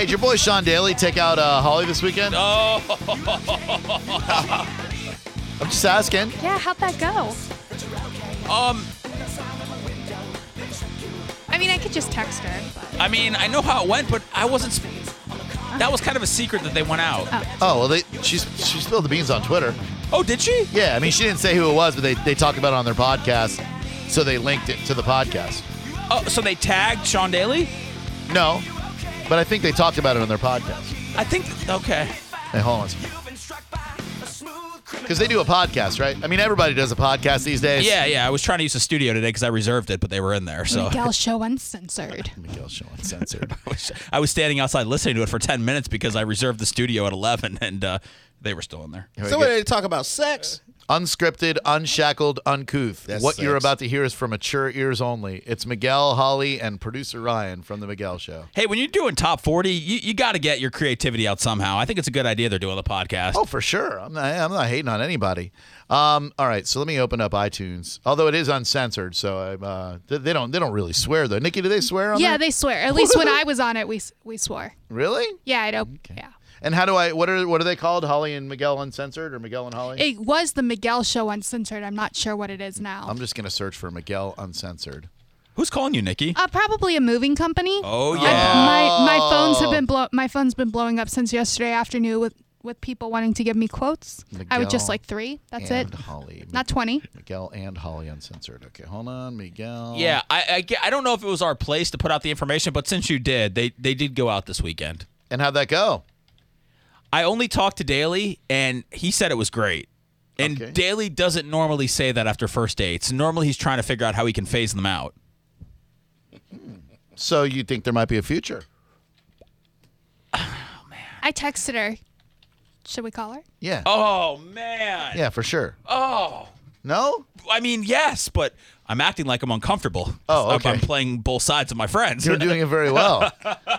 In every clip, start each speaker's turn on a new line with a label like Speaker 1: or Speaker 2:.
Speaker 1: Hey, did your boy Sean Daly take out uh, Holly this weekend? I'm just asking.
Speaker 2: Yeah, how'd that go?
Speaker 3: Um,
Speaker 2: I mean, I could just text her. But,
Speaker 3: I mean, I know how it went, but I wasn't. Sp- that was kind of a secret that they went out.
Speaker 2: oh,
Speaker 1: Oh well, they she's she spilled the beans on Twitter.
Speaker 3: Oh, did she?
Speaker 1: Yeah, I mean she didn't say who it was, but they they talked about it on their podcast, so they linked it to the podcast.
Speaker 3: Oh, so they tagged Sean Daly?
Speaker 1: No, but I think they talked about it on their podcast.
Speaker 3: I think. Okay.
Speaker 1: Hey, hold on. Because they do a podcast, right? I mean, everybody does a podcast these days.
Speaker 3: Yeah, yeah. I was trying to use the studio today because I reserved it, but they were in there. So
Speaker 2: Miguel Show Uncensored.
Speaker 1: Miguel Show Uncensored.
Speaker 3: I was standing outside listening to it for 10 minutes because I reserved the studio at 11 and uh, they were still in there.
Speaker 4: Somebody to talk about sex.
Speaker 1: Unscripted, unshackled, uncouth.
Speaker 4: That
Speaker 1: what you're
Speaker 4: sucks.
Speaker 1: about to hear is for mature ears only. It's Miguel, Holly, and producer Ryan from The Miguel Show.
Speaker 3: Hey, when you're doing top 40, you, you got to get your creativity out somehow. I think it's a good idea they're doing the podcast.
Speaker 1: Oh, for sure. I'm not, I'm not hating on anybody. Um, all right, so let me open up iTunes. Although it is uncensored, so I, uh, th- they don't they don't really swear though. Nikki, do they swear on
Speaker 2: Yeah,
Speaker 1: there?
Speaker 2: they swear. At least when I was on it, we s- we swore.
Speaker 1: really.
Speaker 2: Yeah, I don't. Yeah.
Speaker 1: And how do I? What are what are they called? Holly and Miguel Uncensored or Miguel and Holly?
Speaker 2: It was the Miguel Show Uncensored. I'm not sure what it is now.
Speaker 1: I'm just gonna search for Miguel Uncensored.
Speaker 3: Who's calling you, Nikki?
Speaker 2: Uh, probably a moving company.
Speaker 3: Oh,
Speaker 2: I-
Speaker 3: yeah.
Speaker 2: my my phones have been blow. My phone's been blowing up since yesterday afternoon with with people wanting to give me quotes. I would
Speaker 1: Miguel
Speaker 2: just like three. That's
Speaker 1: and
Speaker 2: it.
Speaker 1: Holly.
Speaker 2: Not twenty.
Speaker 1: Miguel and Holly Uncensored. Okay, hold on, Miguel.
Speaker 3: Yeah, I, I, ge- I don't know if it was our place to put out the information, but since you did, they, they did go out this weekend.
Speaker 1: And how'd that go?
Speaker 3: I only talked to Daly, and he said it was great. And
Speaker 1: Okay.
Speaker 3: Daly doesn't normally say that after first dates. Normally, he's trying to figure out how he can phase them out.
Speaker 1: So you think there might be a future?
Speaker 2: I texted her. Should we call her?
Speaker 1: Yeah.
Speaker 3: Oh man!
Speaker 1: Yeah, for sure.
Speaker 3: Oh,
Speaker 1: No?
Speaker 3: I mean, yes, but I'm acting like I'm uncomfortable.
Speaker 1: Oh,
Speaker 3: If I'm
Speaker 1: okay.
Speaker 3: playing both sides of my friends.
Speaker 1: You're doing it very well.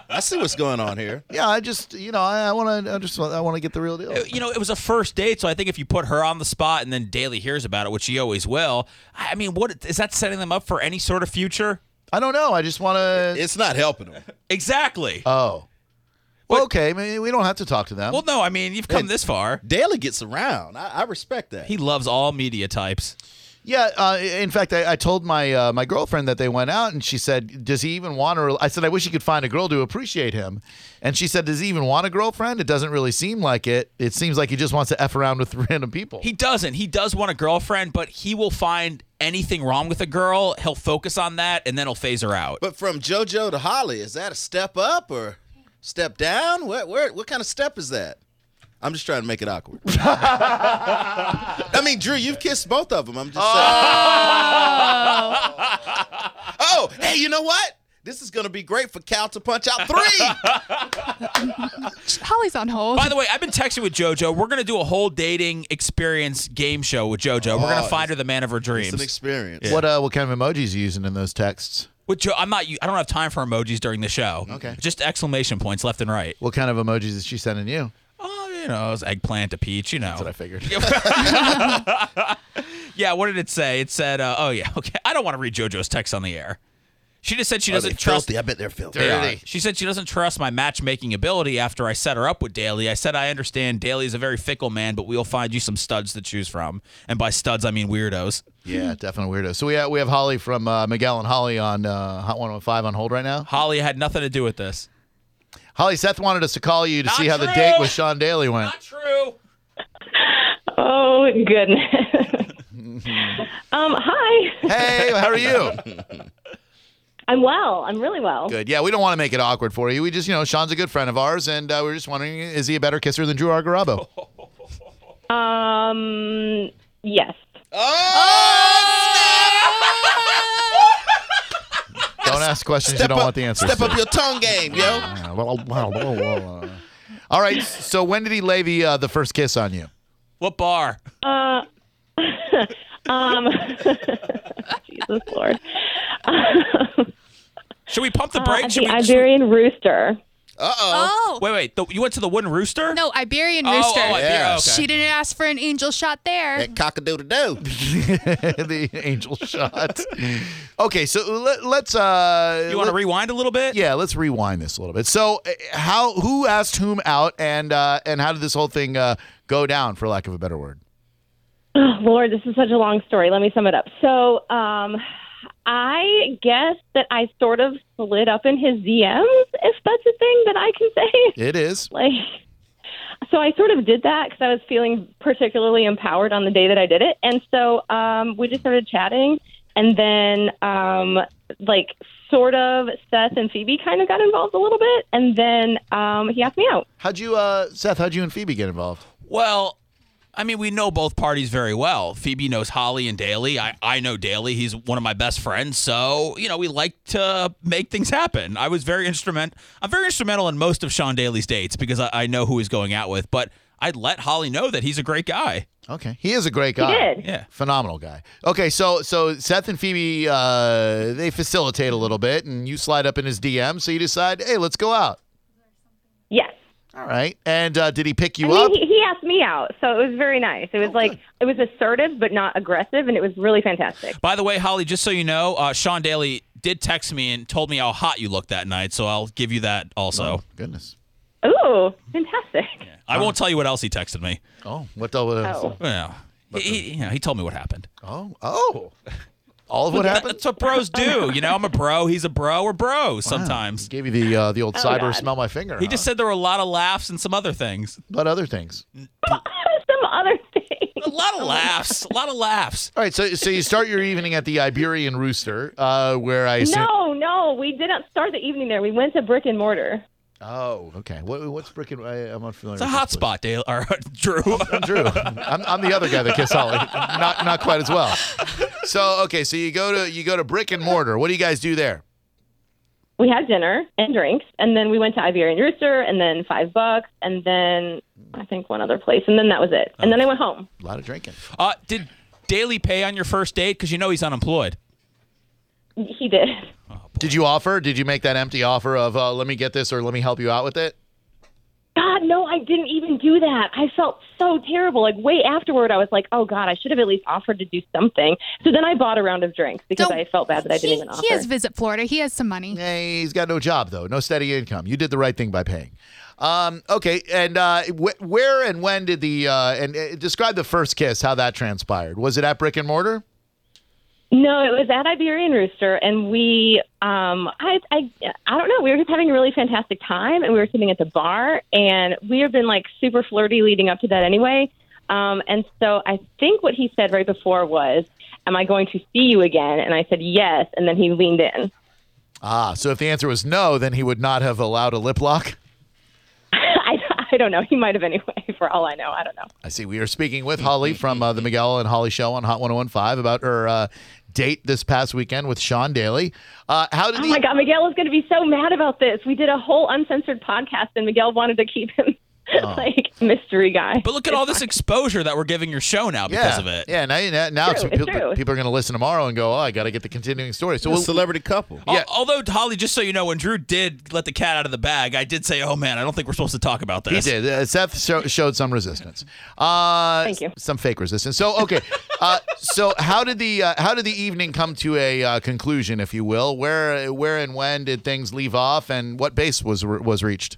Speaker 4: I see what's going on here.
Speaker 1: Yeah, I just you know I, I want to I just wanna- I want to get the real deal.
Speaker 3: you know, it was a first date, so I think if you put her on the spot and then Daly hears about it, which he always will, I I mean, what is that setting them up for any sort of future?
Speaker 1: I don't know. I just want to.
Speaker 4: It's not helping them.
Speaker 3: Exactly.
Speaker 1: Oh. Well,
Speaker 3: But-
Speaker 1: okay. I mean, we don't have to talk to them.
Speaker 3: well, no, I mean, you've come
Speaker 4: It-
Speaker 3: this far.
Speaker 4: Daly gets around. I, I respect that.
Speaker 3: He loves all media types.
Speaker 1: yeah. Uh, in fact, I, I told my uh, my girlfriend that they went out, and she said, "Does he even want her?" I said, "I wish he could find a girl to appreciate him." And she said, "Does he even want a girlfriend?" It doesn't really seem like it. It seems like he just wants to f around with random people.
Speaker 3: He doesn't. He does want a girlfriend, but he will find anything wrong with a girl. He'll focus on that and then he'll phase her out.
Speaker 4: but from JoJo to Holly, is that a step up or step down? What where, what kind of step is that? I'm just trying to make it awkward. I mean, Drew, you've kissed both of them. I'm just saying. Oh, hey, you know what? This is going to be great for Cal to punch out three.
Speaker 2: Holly's on hold.
Speaker 3: By the way, I've been texting with JoJo. We're going to do a whole dating experience game show with JoJo. We're going to find her the man of her
Speaker 4: Oh, It's an
Speaker 3: dreams.
Speaker 4: experience.
Speaker 1: What uh, what kind of emojis you using in those texts?
Speaker 3: With jo- I'm not. I don't have time for emojis during the show. Okay. Just exclamation points left and right.
Speaker 1: What kind of emojis is she sending you?
Speaker 3: Oh, you know, it's eggplant, a peach. You know.
Speaker 1: That's what I figured.
Speaker 3: yeah. What did it say? It said, uh, "Oh yeah, okay." I don't want to read JoJo's text on the air. She just said she
Speaker 4: Are Oh, they
Speaker 3: doesn't trust.
Speaker 4: filthy? I bet they're filthy.
Speaker 3: They are. She said she doesn't trust my matchmaking ability after I set her up with Daly. I said I understand Daly is a very fickle man, but we'll find you some studs to choose from. And by studs, I mean weirdos.
Speaker 1: Yeah, definitely weirdo. So we have, we have Holly from uh, Miguel and Holly on uh, Hot 115 on hold right now.
Speaker 3: Holly had nothing to do with this.
Speaker 1: Holly, Seth wanted us to call you to
Speaker 3: Not
Speaker 1: see how the
Speaker 3: true.
Speaker 1: date with Sean Daly went.
Speaker 3: true.
Speaker 5: Oh goodness. um, hi.
Speaker 1: Hey, how are you?
Speaker 5: I'm well. I'm really well.
Speaker 1: Good. Yeah, we don't want to make it awkward for you. We just, you know, Sean's a good friend of ours, and uh, we are just wondering, is he a better kisser than Drew Argarabo?
Speaker 5: Um, yes.
Speaker 4: Oh!
Speaker 1: Don't ask questions you don't want the answers.
Speaker 4: Step
Speaker 1: to.
Speaker 4: up your tongue game, yo.
Speaker 1: All right. So when did he lay the uh, the first kiss on you?
Speaker 3: What bar?
Speaker 5: Um, Jesus Lord.
Speaker 3: Should we pump the
Speaker 5: Uh,
Speaker 3: brakes?
Speaker 5: the
Speaker 3: should we, should-
Speaker 5: Iberian rooster.
Speaker 4: Uh oh.
Speaker 2: Oh,
Speaker 3: Wait, wait. The, you went to the Wooden Rooster?
Speaker 2: no, Iberian
Speaker 3: Oh,
Speaker 2: rooster.
Speaker 3: Oh, I-
Speaker 4: Yeah.
Speaker 3: okay.
Speaker 2: She didn't ask for an angel shot there.
Speaker 4: That cock a doodle doo.
Speaker 1: the angel shot. Okay, so let, let's. Uh,
Speaker 3: you want to
Speaker 1: let-
Speaker 3: rewind a little bit?
Speaker 1: Yeah, let's rewind this a little bit. So, uh, how who asked whom out, and uh, and how did this whole thing uh, go down, for lack of a better word?
Speaker 5: Oh, Lord, this is such a long story. Let me sum it up. So, um, I guess that I sort of slid up in his DMs, if that's a thing that I can say.
Speaker 1: It is.
Speaker 5: like so i sort of did that because i was feeling particularly empowered on the day that i did it and so um, we just started chatting and then um, like sort of seth and phoebe kind of got involved a little bit and then um, he asked me out
Speaker 1: How'd you, uh, Seth? How'd you and Phoebe get involved?
Speaker 3: Well, I mean, we know both parties very well. Phoebe knows Holly and Daly. I, I know Daly. He's one of my best friends. So, you know, we like to make things happen. I was very instrument. I'm very instrumental in most of Sean Daly's dates because I, I know who he's going out with. But I let Holly know that he's a great guy.
Speaker 1: Okay, he is a great
Speaker 5: he
Speaker 1: guy.
Speaker 5: did
Speaker 3: Yeah.
Speaker 1: Phenomenal guy. Okay, so so Seth and Phoebe uh, they facilitate a little bit, and you slide up in his DM. So you decide, hey, let's go out.
Speaker 5: yes
Speaker 1: All right. And uh, did he pick you
Speaker 5: I mean,
Speaker 1: up?
Speaker 5: he, he asked me out, so it was very nice. It was like it was assertive but not aggressive, and it was really fantastic.
Speaker 3: By the way, Holly, just so you know, uh, Sean Daly did text me and told me how hot you looked that night. So I'll give you that also.
Speaker 1: Goodness.
Speaker 5: Ooh, fantastic!
Speaker 3: I won't tell you what else he texted me.
Speaker 1: Oh, what the? What,
Speaker 5: Oh,
Speaker 3: Well, he, he, you know, he told me what happened.
Speaker 1: Oh, oh. All of what
Speaker 3: That-
Speaker 1: happened?
Speaker 3: That's what bros do. You know, I'm a bro. He's a bro. We're bros sometimes.
Speaker 1: Gave you the uh, the old cyber
Speaker 5: Oh, God.
Speaker 1: smell my finger.
Speaker 3: He just said there were a lot of laughs and some other things.
Speaker 1: but other things.
Speaker 5: some other thing.
Speaker 3: A lot of laughs. A lot of laughs.
Speaker 1: All right, so so you start your evening at the Iberian Rooster, uh, where I assume.
Speaker 5: No, no, we didn't start the evening there. We went to brick and mortar.
Speaker 1: Oh, okay. What, what's brick and I, I'm unfamiliar.
Speaker 3: It's a
Speaker 1: with
Speaker 3: hot
Speaker 1: this place.
Speaker 3: spot, Dale or Drew.
Speaker 1: Drew, I'm, I'm the other guy that kissed Holly. Not not quite as well. So okay, so you go to you go to brick and mortar. What do you guys do there?
Speaker 5: We had dinner and drinks, and then we went to Iberian Rooster, and then Five Bucks, and then I think one other place, and then that was it. And then I went home.
Speaker 1: A lot of drinking.
Speaker 3: Uh, did Daly pay on your first date? Because you know he's unemployed.
Speaker 5: He did.
Speaker 1: Did you offer? Did you make that empty offer of uh, let me get this or let me help you out with it?
Speaker 5: God, no, I didn't even do that. I felt so terrible. Like, way afterward, I was like, oh, God, I should have at least offered to do something. So then I bought a round of drinks because
Speaker 2: Don't-
Speaker 5: I felt bad that I didn't
Speaker 2: he,
Speaker 5: even offer.
Speaker 2: he has Visit Florida. He has some money.
Speaker 1: Hey, Eh, he's got no job though, no steady income. You did the right thing by paying. Um, okay, and uh, wh- where and when did the uh, and uh, describe the first kiss? How that transpired? Was it at brick and mortar?
Speaker 5: No, it was at Iberian Rooster, and we, um, I, I, I don't know. We were just having a really fantastic time, and we were sitting at the bar, and we have been like super flirty leading up to that anyway. Um, and so I think what he said right before was, "Am I going to see you again?" And I said yes, and then he leaned in.
Speaker 1: Ah, so if the answer was no, then he would not have allowed a lip lock.
Speaker 5: I, I don't know. He might have anyway, for all I know. I don't know.
Speaker 1: I see. We are speaking with Holly from uh, the Miguel and Holly Show on Hot 101.5 about her uh, date this past weekend with Sean Daly. Uh, how did
Speaker 5: Oh
Speaker 1: he?
Speaker 5: my God, Miguel is going to be so mad about this. We did a whole uncensored podcast, and Miguel wanted to keep him like mystery guy.
Speaker 3: But look at all this exposure that we're giving your show now because
Speaker 1: yeah,
Speaker 3: of it.
Speaker 1: yeah. Now, now, now
Speaker 5: True,
Speaker 1: some
Speaker 5: it's
Speaker 1: people,
Speaker 5: true.
Speaker 1: people are going to listen tomorrow and go, "Oh, I got to get the continuing story." So
Speaker 4: A
Speaker 1: we'll,
Speaker 4: celebrity couple.
Speaker 3: Al-
Speaker 1: Yeah.
Speaker 3: Although Holly, just so you know, when Drew did let the cat out of the bag, I did say, "Oh man, I don't think we're supposed to talk about this."
Speaker 1: He did. Uh, Seth sho- showed some resistance. Uh,
Speaker 5: Thank you.
Speaker 1: Some fake resistance. So okay. uh, so how did the uh, how did the evening come to a uh, conclusion, if you will? Where where and when did things leave off, and what base was re- was reached?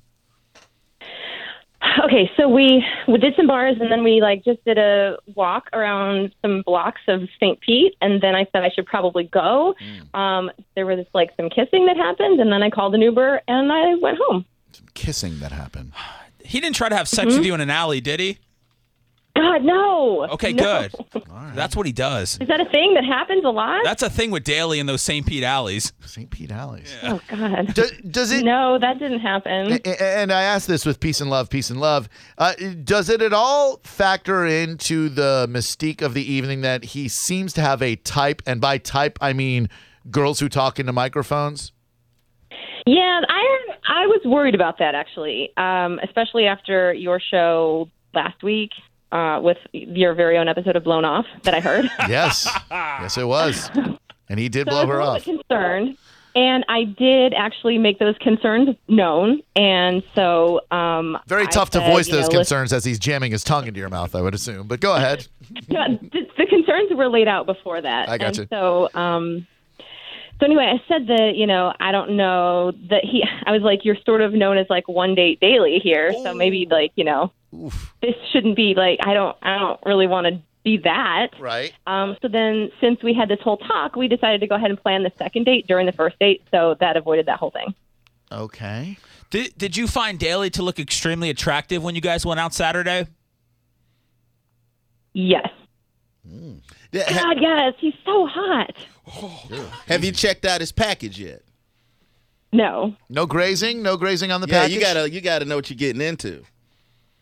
Speaker 5: Okay, so we we did some bars and then we like just did a walk around some blocks of St. Pete and then I said I should probably go.
Speaker 3: Mm.
Speaker 5: Um, there was like some kissing that happened and then I called an Uber and I went home.
Speaker 1: Kissing that happened.
Speaker 3: He didn't try to have sex with you in an alley, did he?
Speaker 5: God no.
Speaker 3: Okay,
Speaker 5: No.
Speaker 3: good. That's what he does.
Speaker 5: Is that a thing that happens a lot?
Speaker 3: That's a thing with Daly in those St. Pete alleys.
Speaker 1: St. Pete Alleys.
Speaker 5: oh God.
Speaker 1: Does, does it?
Speaker 5: no, that didn't happen.
Speaker 1: a- a- And I ask this with peace and love, peace and love. Uh, does it at all factor into the mystique of the evening that he seems to have a type, and by type I mean girls who talk into microphones?
Speaker 5: Yeah, I I was worried about that actually, um, especially after your show last week uh, with your very own episode of Blown Off that I heard.
Speaker 1: Yes. yes, it was. And he did
Speaker 5: So
Speaker 1: blow
Speaker 5: I was a
Speaker 1: her
Speaker 5: little
Speaker 1: off.
Speaker 5: bit concerned. And I did actually make those concerns known, and so um,
Speaker 1: Very
Speaker 5: I
Speaker 1: tough to
Speaker 5: said,
Speaker 1: voice
Speaker 5: you know,
Speaker 1: those
Speaker 5: listen-
Speaker 1: concerns as he's jamming his tongue into your mouth, I would assume. But go ahead.
Speaker 5: no, the, the concerns were laid out before that.
Speaker 1: I gotcha.
Speaker 5: And so, um, so anyway, I said that you know I don't know that he. I was like, you're sort of known as like one date daily here, so maybe like you know this shouldn't be like I don't I don't really want to be that.
Speaker 1: Right.
Speaker 5: Um, so then, since we had this whole talk, we decided to go ahead and plan the second date during the first date, so that avoided that whole thing.
Speaker 1: Okay.
Speaker 3: Did, did you find Daly to look extremely attractive when you guys went out Saturday?
Speaker 5: Yes.
Speaker 4: Yeah, ha-
Speaker 5: God, yes, he's so hot.
Speaker 4: have you checked out his package yet?
Speaker 5: No,
Speaker 1: No grazing. No grazing on the
Speaker 4: Yeah,
Speaker 1: package.
Speaker 4: you gotta you gotta know what you're getting into.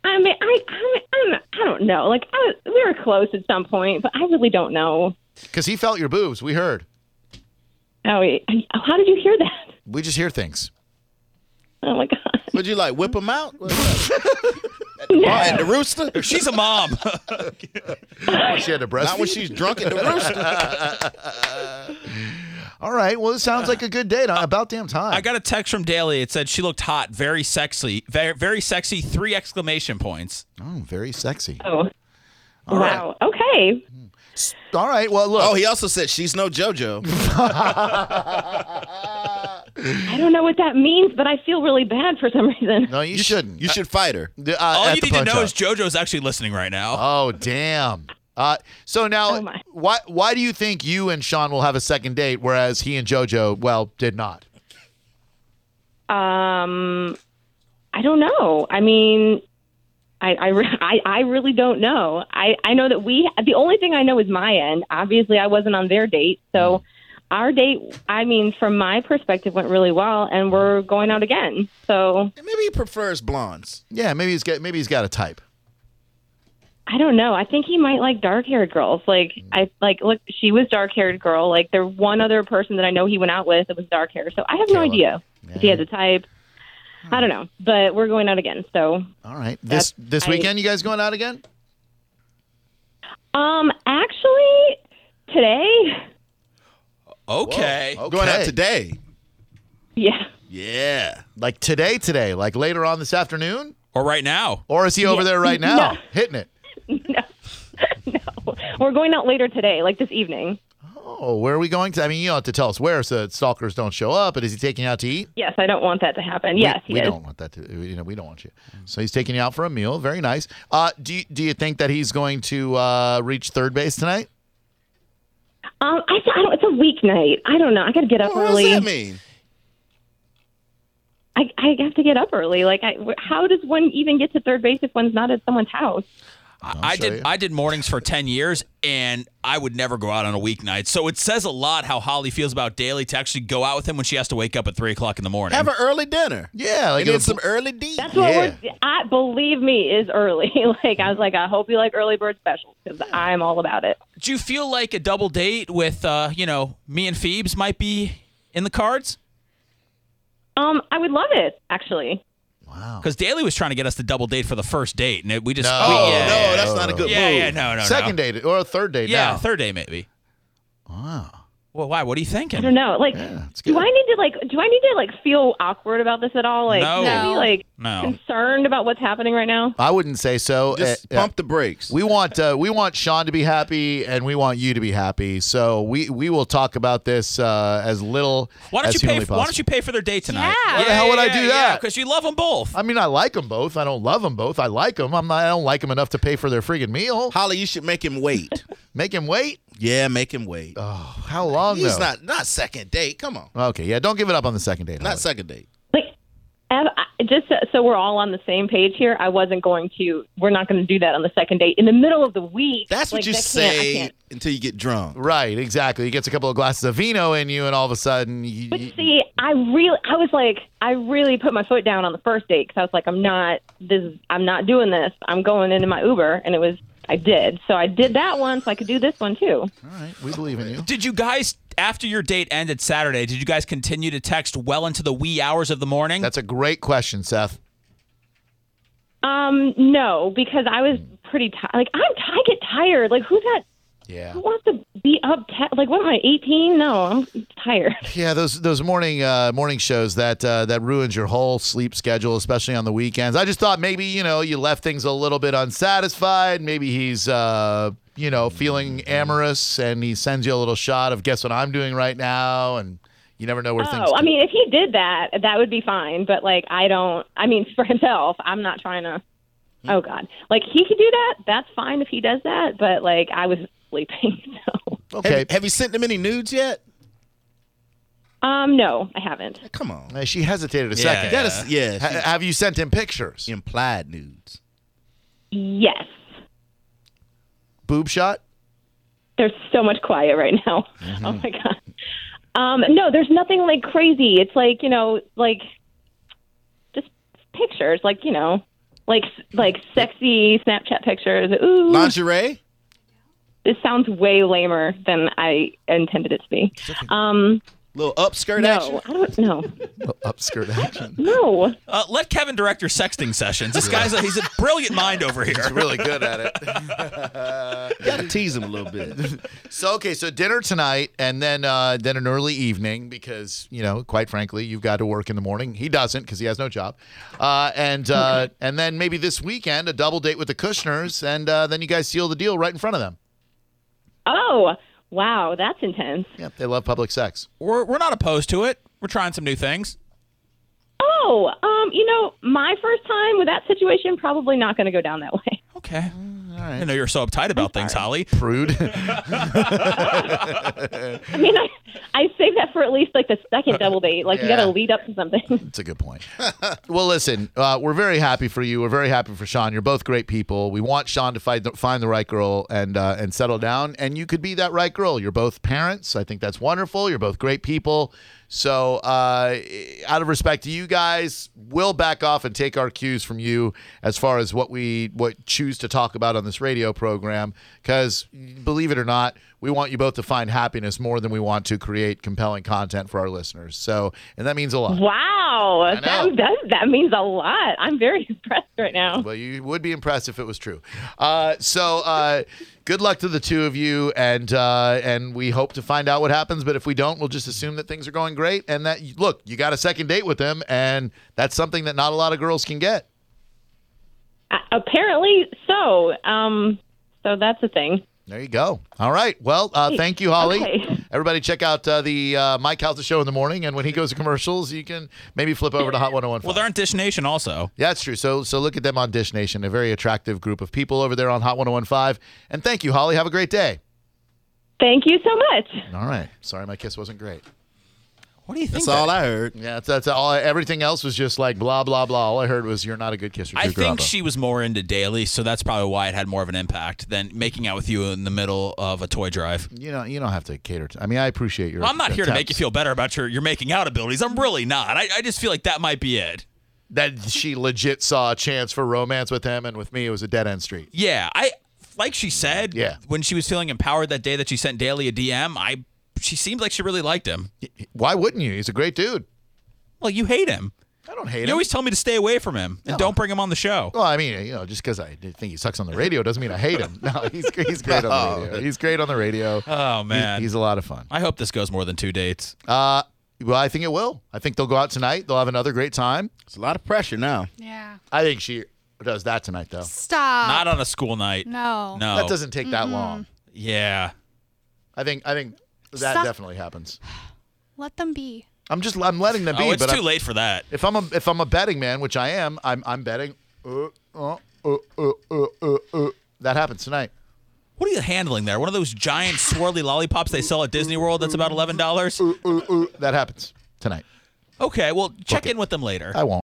Speaker 5: I mean, I, I, I'm, I don't know. Like, I, we were close at some point, but I really don't know.
Speaker 1: because he felt your boobs. We heard.
Speaker 5: Oh, wait, I- how did you hear that?
Speaker 1: We just hear things.
Speaker 5: Oh my god.
Speaker 4: Would you like whip him out? What- at, the bar, at the rooster?
Speaker 3: She's a mom.
Speaker 1: She had a breast.
Speaker 4: Not when she's drunk at the rooster.
Speaker 1: All right. Well, this sounds like a good date. Uh, About damn time.
Speaker 3: I got a text from Daly. It said she looked hot, very sexy, very, very sexy. Three exclamation points.
Speaker 1: Oh, very sexy.
Speaker 5: Oh. wow. Okay.
Speaker 1: All right. Well, look.
Speaker 4: Oh, he also said she's no JoJo.
Speaker 5: I don't know what that means, but I feel really bad for some reason.
Speaker 1: no, you, shouldn't.
Speaker 4: You should fight her.
Speaker 1: Uh,
Speaker 3: All
Speaker 1: at
Speaker 3: you
Speaker 1: the
Speaker 3: need to
Speaker 1: punch
Speaker 3: know
Speaker 1: up.
Speaker 3: is JoJo's actually listening right now.
Speaker 1: Oh, damn. Uh, so now,
Speaker 5: Oh, my.
Speaker 1: why why do you think you and Sean will have a second date, whereas he and JoJo, well, did not?
Speaker 5: Um, I don't know. I mean, I, I, re- I, I really don't know. I, I know that we, the only thing I know is my end. Obviously, I wasn't on their date. So our date, I mean, from my perspective, went really well, and we're going out again. So
Speaker 4: Maybe he prefers blondes.
Speaker 1: Yeah, maybe he's got maybe he's got a type.
Speaker 5: I don't know. I think he might like dark haired girls. Like, I, like, look, she was dark haired girl. Like, there one other person that I know he went out with that was dark hair. So I have no
Speaker 1: Kayla.
Speaker 5: idea if he has a type. I don't know, but we're going out again. So
Speaker 1: All right. This
Speaker 5: That's-
Speaker 1: this
Speaker 5: I-
Speaker 1: weekend, you guys going out again?
Speaker 5: Um, actually, today,
Speaker 3: Okay.
Speaker 4: Going out
Speaker 1: Okay.
Speaker 4: today.
Speaker 5: yeah,
Speaker 4: Yeah.
Speaker 1: Like today, today, like later on this afternoon,
Speaker 3: Or right now.
Speaker 1: or is he over there right now
Speaker 5: No.
Speaker 1: hitting it?
Speaker 5: no, we're going out later today, like this evening.
Speaker 1: Oh, where are we going to? I mean, you don't have to tell us where, so that stalkers don't show up. But is he taking you out to eat?
Speaker 5: Yes, I don't want that to happen. yes,
Speaker 1: we,
Speaker 5: he
Speaker 1: we
Speaker 5: is.
Speaker 1: don't want that to. You know, we don't want you. So he's taking you out for a meal. Very nice. Uh, do you, do you think that he's going to uh, reach third base tonight?
Speaker 5: Um, I, I don't. It's a weeknight. I don't know. I got to get up
Speaker 4: What does
Speaker 5: early.
Speaker 4: that mean?
Speaker 5: I, I have to get up early. Like, I, wh- how does one even get to third base if one's not at someone's house?
Speaker 3: I, I
Speaker 1: show
Speaker 3: did
Speaker 1: you.
Speaker 3: I did mornings for ten years and I would never go out on a weeknight. So it says a lot how Holly feels about Daly to actually go out with him when she has to wake up at three o'clock in the morning.
Speaker 4: Have an early dinner.
Speaker 1: Yeah, like
Speaker 4: and then
Speaker 1: a-
Speaker 4: some early D.
Speaker 5: That's what
Speaker 1: Yeah.
Speaker 5: we're. I believe me is early. like, I was like, I hope you like early bird specials because I'm all about it.
Speaker 3: Do you feel like a double date with uh, you know, me and Phoebes might be in the cards?
Speaker 5: Um, I would love it actually.
Speaker 1: Wow.
Speaker 3: Because Daly was trying to get us to double date for the first date, and it, we just
Speaker 1: No.
Speaker 3: we-
Speaker 4: Oh,
Speaker 3: yeah,
Speaker 4: no,
Speaker 3: yeah,
Speaker 4: that's not a good
Speaker 3: yeah,
Speaker 4: move.
Speaker 3: yeah, no, no,
Speaker 1: Second
Speaker 3: no.
Speaker 1: date or a third date
Speaker 3: yeah,
Speaker 1: now.
Speaker 3: third day maybe.
Speaker 1: wow.
Speaker 3: Well, why? What are you thinking?
Speaker 5: I don't know. Like,
Speaker 1: that's
Speaker 5: do
Speaker 1: good.
Speaker 5: I need to like? Do I need to like feel awkward about this at all? Like,
Speaker 3: No.
Speaker 5: should I be,
Speaker 2: No.
Speaker 5: like
Speaker 3: No.
Speaker 5: concerned about what's happening right now?
Speaker 1: I wouldn't say so.
Speaker 4: Just
Speaker 1: Uh, uh,
Speaker 4: pump the brakes.
Speaker 1: we want uh, we want Sean to be happy, and we want you to be happy. So we we will talk about this uh, as little
Speaker 3: Why don't
Speaker 1: as
Speaker 3: you pay?
Speaker 1: humanly
Speaker 3: Why don't you
Speaker 1: possible.
Speaker 3: pay for their date tonight?
Speaker 2: Yeah. Why
Speaker 1: the hell would I do that?
Speaker 3: Because you love them both.
Speaker 1: I mean, I like them both. I don't love them both. I like them. I'm not. I don't like them enough to pay for their friggin' meal.
Speaker 4: Holly, you should make him wait.
Speaker 1: Make him wait.
Speaker 4: yeah, make him wait.
Speaker 1: Oh, how long?
Speaker 4: He's
Speaker 1: though?
Speaker 4: not not second date. Come on.
Speaker 1: Okay, yeah. Don't give it up on the second date.
Speaker 4: Not
Speaker 1: Holly.
Speaker 4: second date.
Speaker 5: Like, Ev, I- just so- so we're all on the same page here, I wasn't going to. We're not going to do that on the second date in the middle of the week.
Speaker 4: That's what
Speaker 5: Like,
Speaker 4: you
Speaker 5: that can't- I
Speaker 4: say
Speaker 5: can't.
Speaker 4: until you get drunk.
Speaker 1: Right, exactly. He gets a couple of glasses of vino in you, and all of a sudden, you,
Speaker 5: But
Speaker 1: you-
Speaker 5: see, I really, I was like, I really put my foot down on the first date because I was like, I'm not this, is- I'm not doing this. I'm going into my Uber, and it was, I did. So I did that one, so I could do this one too.
Speaker 1: all right, we believe in you.
Speaker 3: Did you guys, after your date ended Saturday, did you guys continue to text well into the wee hours of the morning?
Speaker 1: That's a great question, Seth.
Speaker 5: Um, no, because I was pretty tired. Like I'm, ti- I get tired. Like who's that?
Speaker 1: Yeah.
Speaker 5: I want to be up. Te- like, what am I? 18? No, I'm tired.
Speaker 1: Yeah, those those morning uh, morning shows that uh, that ruins your whole sleep schedule, especially on the weekends. I just thought maybe you know you left things a little bit unsatisfied. Maybe he's uh, you know feeling
Speaker 5: Mm-hmm.
Speaker 1: amorous, and he sends you a little shot of guess what I'm doing right now, and you never know where things.
Speaker 5: Oh, I
Speaker 1: go.
Speaker 5: mean, if he did that, that would be fine. But like, I don't. I mean, for himself, I'm not trying to. Oh God, like he could do that. That's fine if he does that. But like, I was sleeping. So,
Speaker 1: okay.
Speaker 4: Have, have you sent them any nudes yet?
Speaker 5: um, no, I haven't.
Speaker 4: Come on.
Speaker 1: Uh, she hesitated a
Speaker 3: Yeah,
Speaker 1: second.
Speaker 3: yeah.
Speaker 4: That is, yeah.
Speaker 1: Ha- have you sent him pictures?
Speaker 4: she- implied nudes.
Speaker 5: Yes,
Speaker 1: Boob shot.
Speaker 5: there's so much quiet right now. Oh my God. Um, no, there's nothing like crazy. It's like you know, like just pictures, like you know, like like sexy Snapchat pictures. Ooh,
Speaker 4: Lingerie?
Speaker 5: this sounds way lamer than I intended it to be. Um,
Speaker 4: Little upskirt action?
Speaker 5: no, I don't know.
Speaker 1: Oh, Upskirt action.
Speaker 5: No,
Speaker 3: Uh, let Kevin direct your sexting sessions. This guy's a, he's a brilliant mind over here.
Speaker 1: Really good at it.
Speaker 4: Gotta tease him a little bit.
Speaker 1: So okay, so dinner tonight, and then uh, then an early evening because you know, quite frankly, you've got to work in the morning. He doesn't because he has no job, uh, and uh, and then maybe this weekend a double date with the Kushners, and uh, then you guys seal the deal right in front of them.
Speaker 5: Oh, wow, that's intense.
Speaker 1: Yep, they love public sex.
Speaker 3: We're, we're not opposed to it. We're trying some new things.
Speaker 5: Oh, um, you know, my first time with that situation, probably not going to go down that way.
Speaker 3: Okay. I know you're so uptight about things, Holly.
Speaker 1: Prude.
Speaker 5: I mean, I, I save that for at least like the second double date. Like, you
Speaker 1: Yeah.
Speaker 5: got to lead up to something.
Speaker 1: That's a good point. well, listen, uh, we're very happy for you. We're very happy for Sean. You're both great people. We want Sean to find the, find the right girl and uh, and settle down. And you could be that right girl. You're both parents. I think that's wonderful. You're both great people. So, uh, out of respect to you guys, we'll back off and take our cues from you as far as what we what choose to talk about on this radio program. Because believe it or not, we want you both to find happiness more than we want to create compelling content for our listeners. So, and that means a lot.
Speaker 5: Wow,
Speaker 1: know.
Speaker 5: that, that that means a lot. I'm very impressed right now.
Speaker 1: Well, you would be impressed if it was true. Uh, so, uh, good luck to the two of you, and uh, and we hope to find out what happens. But if we don't, we'll just assume that things are going great, and that look, you got a second date with them, and that's something that not a lot of girls can get.
Speaker 5: A- apparently, so um, so that's a thing.
Speaker 1: There you go. All right. Well, uh, thank you, Holly.
Speaker 5: okay.
Speaker 1: Everybody, check out uh, the uh, Mike House show in the morning, and when he goes to commercials, you can maybe flip over to Hot 101.
Speaker 3: Well, they're on Dish Nation also.
Speaker 1: Yeah, that's true. So, so look at them on Dish Nation, a very attractive group of people over there on Hot 101.5. And thank you, Holly. Have a great day.
Speaker 5: Thank you so much.
Speaker 1: All right. Sorry, my kiss wasn't great.
Speaker 3: What do you think?
Speaker 4: That's
Speaker 3: that-
Speaker 4: all I heard.
Speaker 1: Yeah, that's, that's all. I- everything else was just like blah blah blah. All I heard was you're not a good kisser.
Speaker 3: I
Speaker 1: Drew
Speaker 3: think
Speaker 1: Garabo."
Speaker 3: she was more into daily, so that's probably why it had more of an impact than making out with you in the middle of a toy drive.
Speaker 1: You know, you don't have to cater to. I mean, I appreciate your.
Speaker 3: I'm not here to make you
Speaker 1: attempts.
Speaker 3: feel better about your, your making out abilities. I'm really not. I, I just feel like that might be it.
Speaker 1: that she legit saw a chance for romance with him, and with me, it was a dead end street.
Speaker 3: Yeah, I like she said.
Speaker 1: Yeah.
Speaker 3: when she was feeling empowered that day that she sent Daly a DM, I she seemed like she really liked him.
Speaker 1: Why wouldn't you? He's a great dude.
Speaker 3: Well, you hate him.
Speaker 1: I don't hate
Speaker 3: You
Speaker 1: him.
Speaker 3: always tell me to stay away from him and don't bring him on the show.
Speaker 1: well, I mean, you know, just because I did think he sucks on the radio doesn't mean I hate him. No, he's he's great on the radio. He's great on the radio.
Speaker 3: Oh
Speaker 1: He-
Speaker 3: man,
Speaker 1: he's a lot of fun.
Speaker 3: I hope this goes more than two dates.
Speaker 1: Uh, well, I think it will. I think they'll go out tonight. They'll have another great time.
Speaker 4: It's a lot of pressure now.
Speaker 2: Yeah.
Speaker 1: I think she does that tonight, though.
Speaker 2: Stop.
Speaker 3: Not on a school night.
Speaker 2: no.
Speaker 1: Uh,
Speaker 3: No.
Speaker 1: That doesn't take that long.
Speaker 3: Yeah.
Speaker 1: I think I think that
Speaker 2: Stop.
Speaker 1: definitely happens.
Speaker 2: Let them be.
Speaker 1: I'm just I'm letting them be.
Speaker 3: oh, it's
Speaker 1: but
Speaker 3: too
Speaker 1: I'm-
Speaker 3: late for that.
Speaker 1: If I'm a if I'm a betting man, which I am, I'm I'm betting. Uh, uh, uh, uh, uh, uh, uh. That happens tonight.
Speaker 3: What are you handling there? One of those giant swirly lollipops they sell at Disney World that's about eleven dollars.
Speaker 1: Uh, uh, uh. That happens tonight.
Speaker 3: Okay, well check in with them later.
Speaker 1: I won't.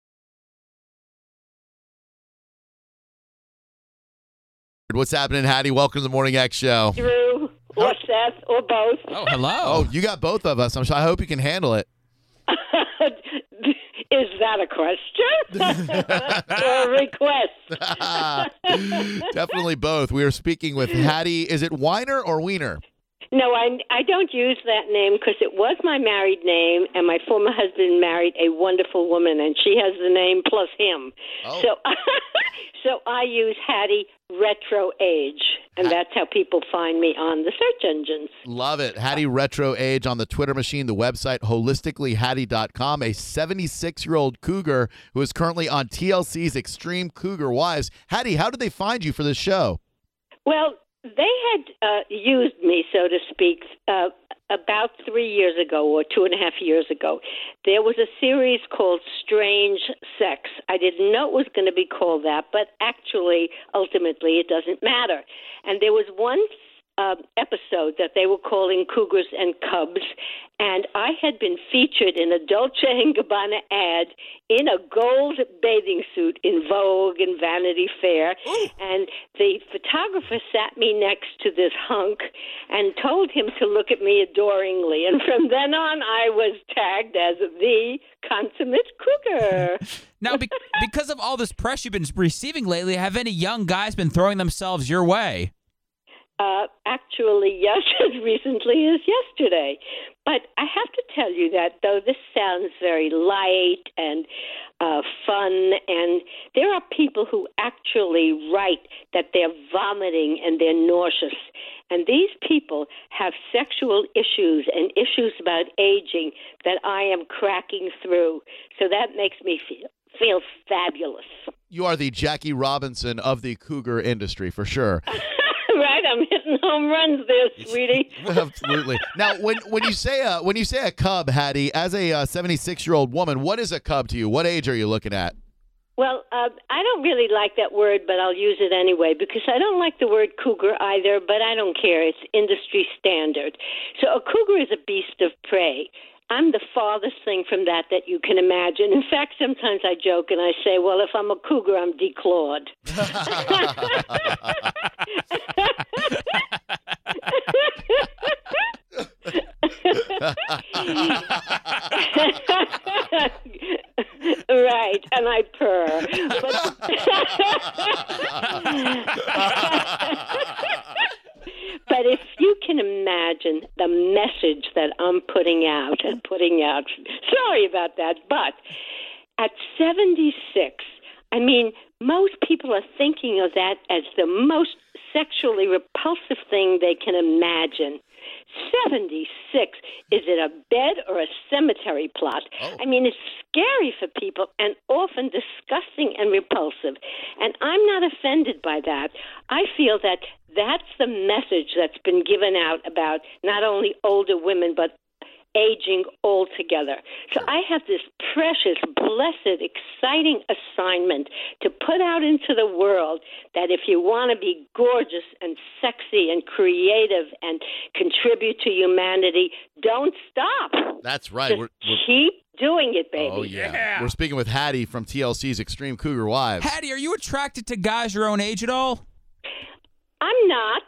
Speaker 1: What's happening, Hattie? Welcome to the Morning X Show.
Speaker 6: Drew or Seth or both.
Speaker 3: Oh, hello.
Speaker 1: Oh, you got both of us. I'm sure. I hope you can handle it.
Speaker 6: Is that a question or a request?
Speaker 1: Definitely both. We are speaking with Hattie. Is it Weiner or Wiener?
Speaker 6: No, I, I don't use that name because it was my married name, and my former husband married a wonderful woman, and she has the name plus him.
Speaker 4: Oh.
Speaker 6: So, so I use Hattie Retro Age, and that's how people find me on the search engines.
Speaker 1: Love it.
Speaker 4: Hattie Retro Age on the Twitter machine, the website holisticallyhattie.com, a 76 year old cougar
Speaker 1: Who is currently on TLC's Extreme Cougar Wives. Hattie, how did they find you for this show?
Speaker 6: Well, they had uh, used me, so to speak, uh, about three years ago or two and a half years ago. There was a series called Strange Sex. I didn't know it was going to be called that, but actually, ultimately, it doesn't matter. And there was one uh, episode that they were calling Cougars and Cubs, and I had been featured in a Dolce and Gabbana ad in a gold bathing suit in Vogue and Vanity Fair, and the photographer sat me next to this hunk and told him to look at me adoringly, and from then on, I was tagged as the consummate cougar.
Speaker 3: Now, be- because of all this press you've been receiving lately, have any young guys been throwing themselves your way?
Speaker 6: Uh, actually, yes, as recently as yesterday. But I have to tell you that though this sounds very light and uh, fun, and there are people who actually write that they're vomiting and they're nauseous. And these people have sexual issues and issues about aging that I am cracking through. So that makes me feel, feel fabulous.
Speaker 1: You are the Jackie Robinson of the cougar industry for sure.
Speaker 6: right? I'm hitting home runs there, sweetie.
Speaker 1: Absolutely. Now, when when you say a when you say a cub, Hattie, as a seventy six year old woman, what is a cub to you? What age are you looking at?
Speaker 6: Well, uh, I don't really like that word, but I'll use it anyway because I don't like the word cougar either, but I don't care. It's industry standard. So a cougar is a beast of prey. I'm the farthest thing from that that you can imagine. In fact, sometimes I joke and I say, well, if I'm a cougar, I'm declawed. right, and I purr. But, but if you can imagine the message that I'm putting out and putting out, sorry about that, but at 76, I mean, most people are thinking of that as the most sexually repulsive thing they can imagine. 76. Is it a bed or a cemetery plot? I mean, it's scary for people and often disgusting and repulsive. And I'm not offended by that. I feel that that's the message that's been given out about not only older women, but aging altogether. So I have this precious, blessed, exciting assignment to put out into the world that if you want to be gorgeous and sexy and creative and contribute to humanity, don't stop.
Speaker 1: That's right.
Speaker 6: Just
Speaker 1: We're, we're,
Speaker 6: keep doing it, baby.
Speaker 1: oh yeah. We're speaking with Hattie from TLC's Extreme Cougar Wives.
Speaker 3: Hattie, are you attracted to guys your own age at all?
Speaker 6: I'm not.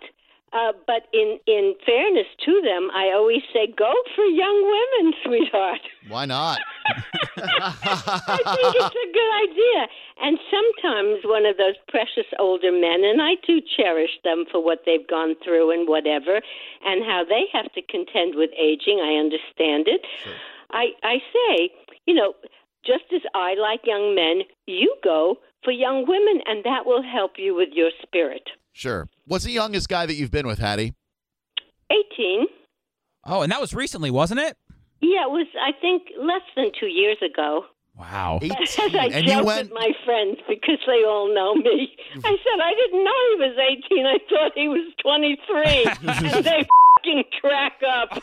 Speaker 6: Uh, but in, in fairness to them, I always say, go for young women, sweetheart.
Speaker 1: Why not?
Speaker 6: I think it's a good idea. And sometimes one of those precious older men, and I do cherish them for what they've gone through and whatever, and how they have to contend with aging. I understand it. I, I say, you know, just as I like young men, you go for young women, and that will help you with your spirit.
Speaker 1: Sure. What's the youngest guy that you've been with, Hattie?
Speaker 6: 18.
Speaker 3: Oh, and that was recently, wasn't it?
Speaker 6: Yeah, it was, I think, less than two years ago.
Speaker 3: Wow.
Speaker 6: As
Speaker 1: 18.
Speaker 6: I
Speaker 1: and
Speaker 6: joke
Speaker 1: you went
Speaker 6: with my friends because they all know me. I said I didn't know he was 18. I thought he was 23, and they fucking crack up.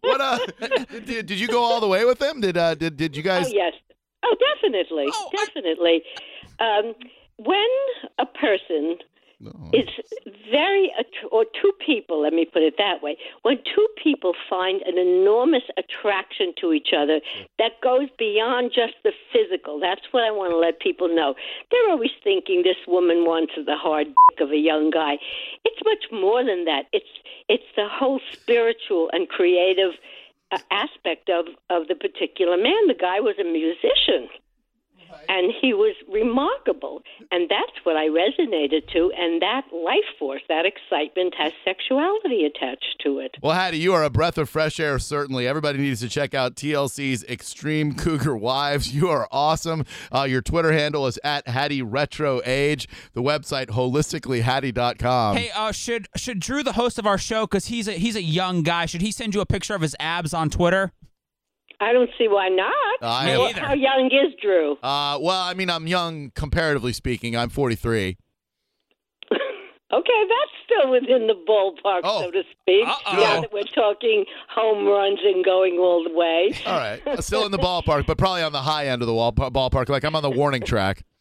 Speaker 1: what uh did, did you go all the way with him? Did uh did, did you guys
Speaker 6: Oh yes. Oh, definitely,
Speaker 3: Oh, I-
Speaker 6: definitely. Um, when a person is very att- or two people, let me put it that way, when two people find an enormous attraction to each other that goes beyond just the physical. That's what I want to let people know. They're always thinking this woman wants the hard dick of a young guy. It's much more than that. It's it's the whole spiritual and creative uh, aspect of of the particular man. The guy was a musician. And he was remarkable. And that's what I resonated to. And that life force, that excitement has sexuality attached to it.
Speaker 1: Well, Hattie, you are a breath of fresh air, certainly. Everybody needs to check out TLC's Extreme Cougar Wives. You are awesome. Uh, your Twitter handle is at Hattie Retro Age. The website, holisticallyhattie.com.
Speaker 3: Hey, uh, should should Drew, the host of our show, because he's a he's a young guy, should he send you a picture of his abs on Twitter?
Speaker 6: I don't see why not.
Speaker 1: I
Speaker 3: Me
Speaker 1: am-
Speaker 3: either.
Speaker 6: How young is Drew?
Speaker 1: uh, well, I mean, I'm young comparatively speaking. I'm 43.
Speaker 6: Okay, that's still within the ballpark,
Speaker 1: Oh.
Speaker 6: so to speak.
Speaker 3: Uh-oh.
Speaker 6: Now that we're talking home runs and going all the way.
Speaker 1: All right. Uh, Still in the ballpark, but probably on the high end of the wall, ballpark. Like I'm on the warning track.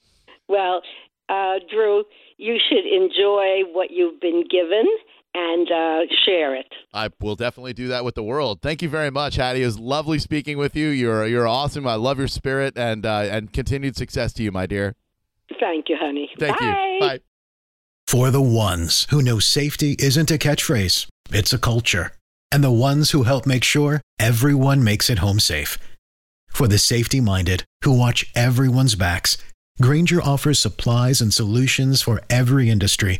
Speaker 6: Well, uh, Drew, you should enjoy what you've been given and uh, share it.
Speaker 1: I will definitely do that with the world. Thank you very much, Hattie. It was lovely speaking with you. You're you're awesome. I love your spirit and uh, and continued success to you, my dear.
Speaker 6: Thank you, honey.
Speaker 1: Thank
Speaker 6: Bye.
Speaker 1: you. Bye.
Speaker 7: For the ones who know safety isn't a catchphrase, it's a culture. And the ones who help make sure everyone makes it home safe. For the safety minded who watch everyone's backs, Granger offers supplies and solutions for every industry,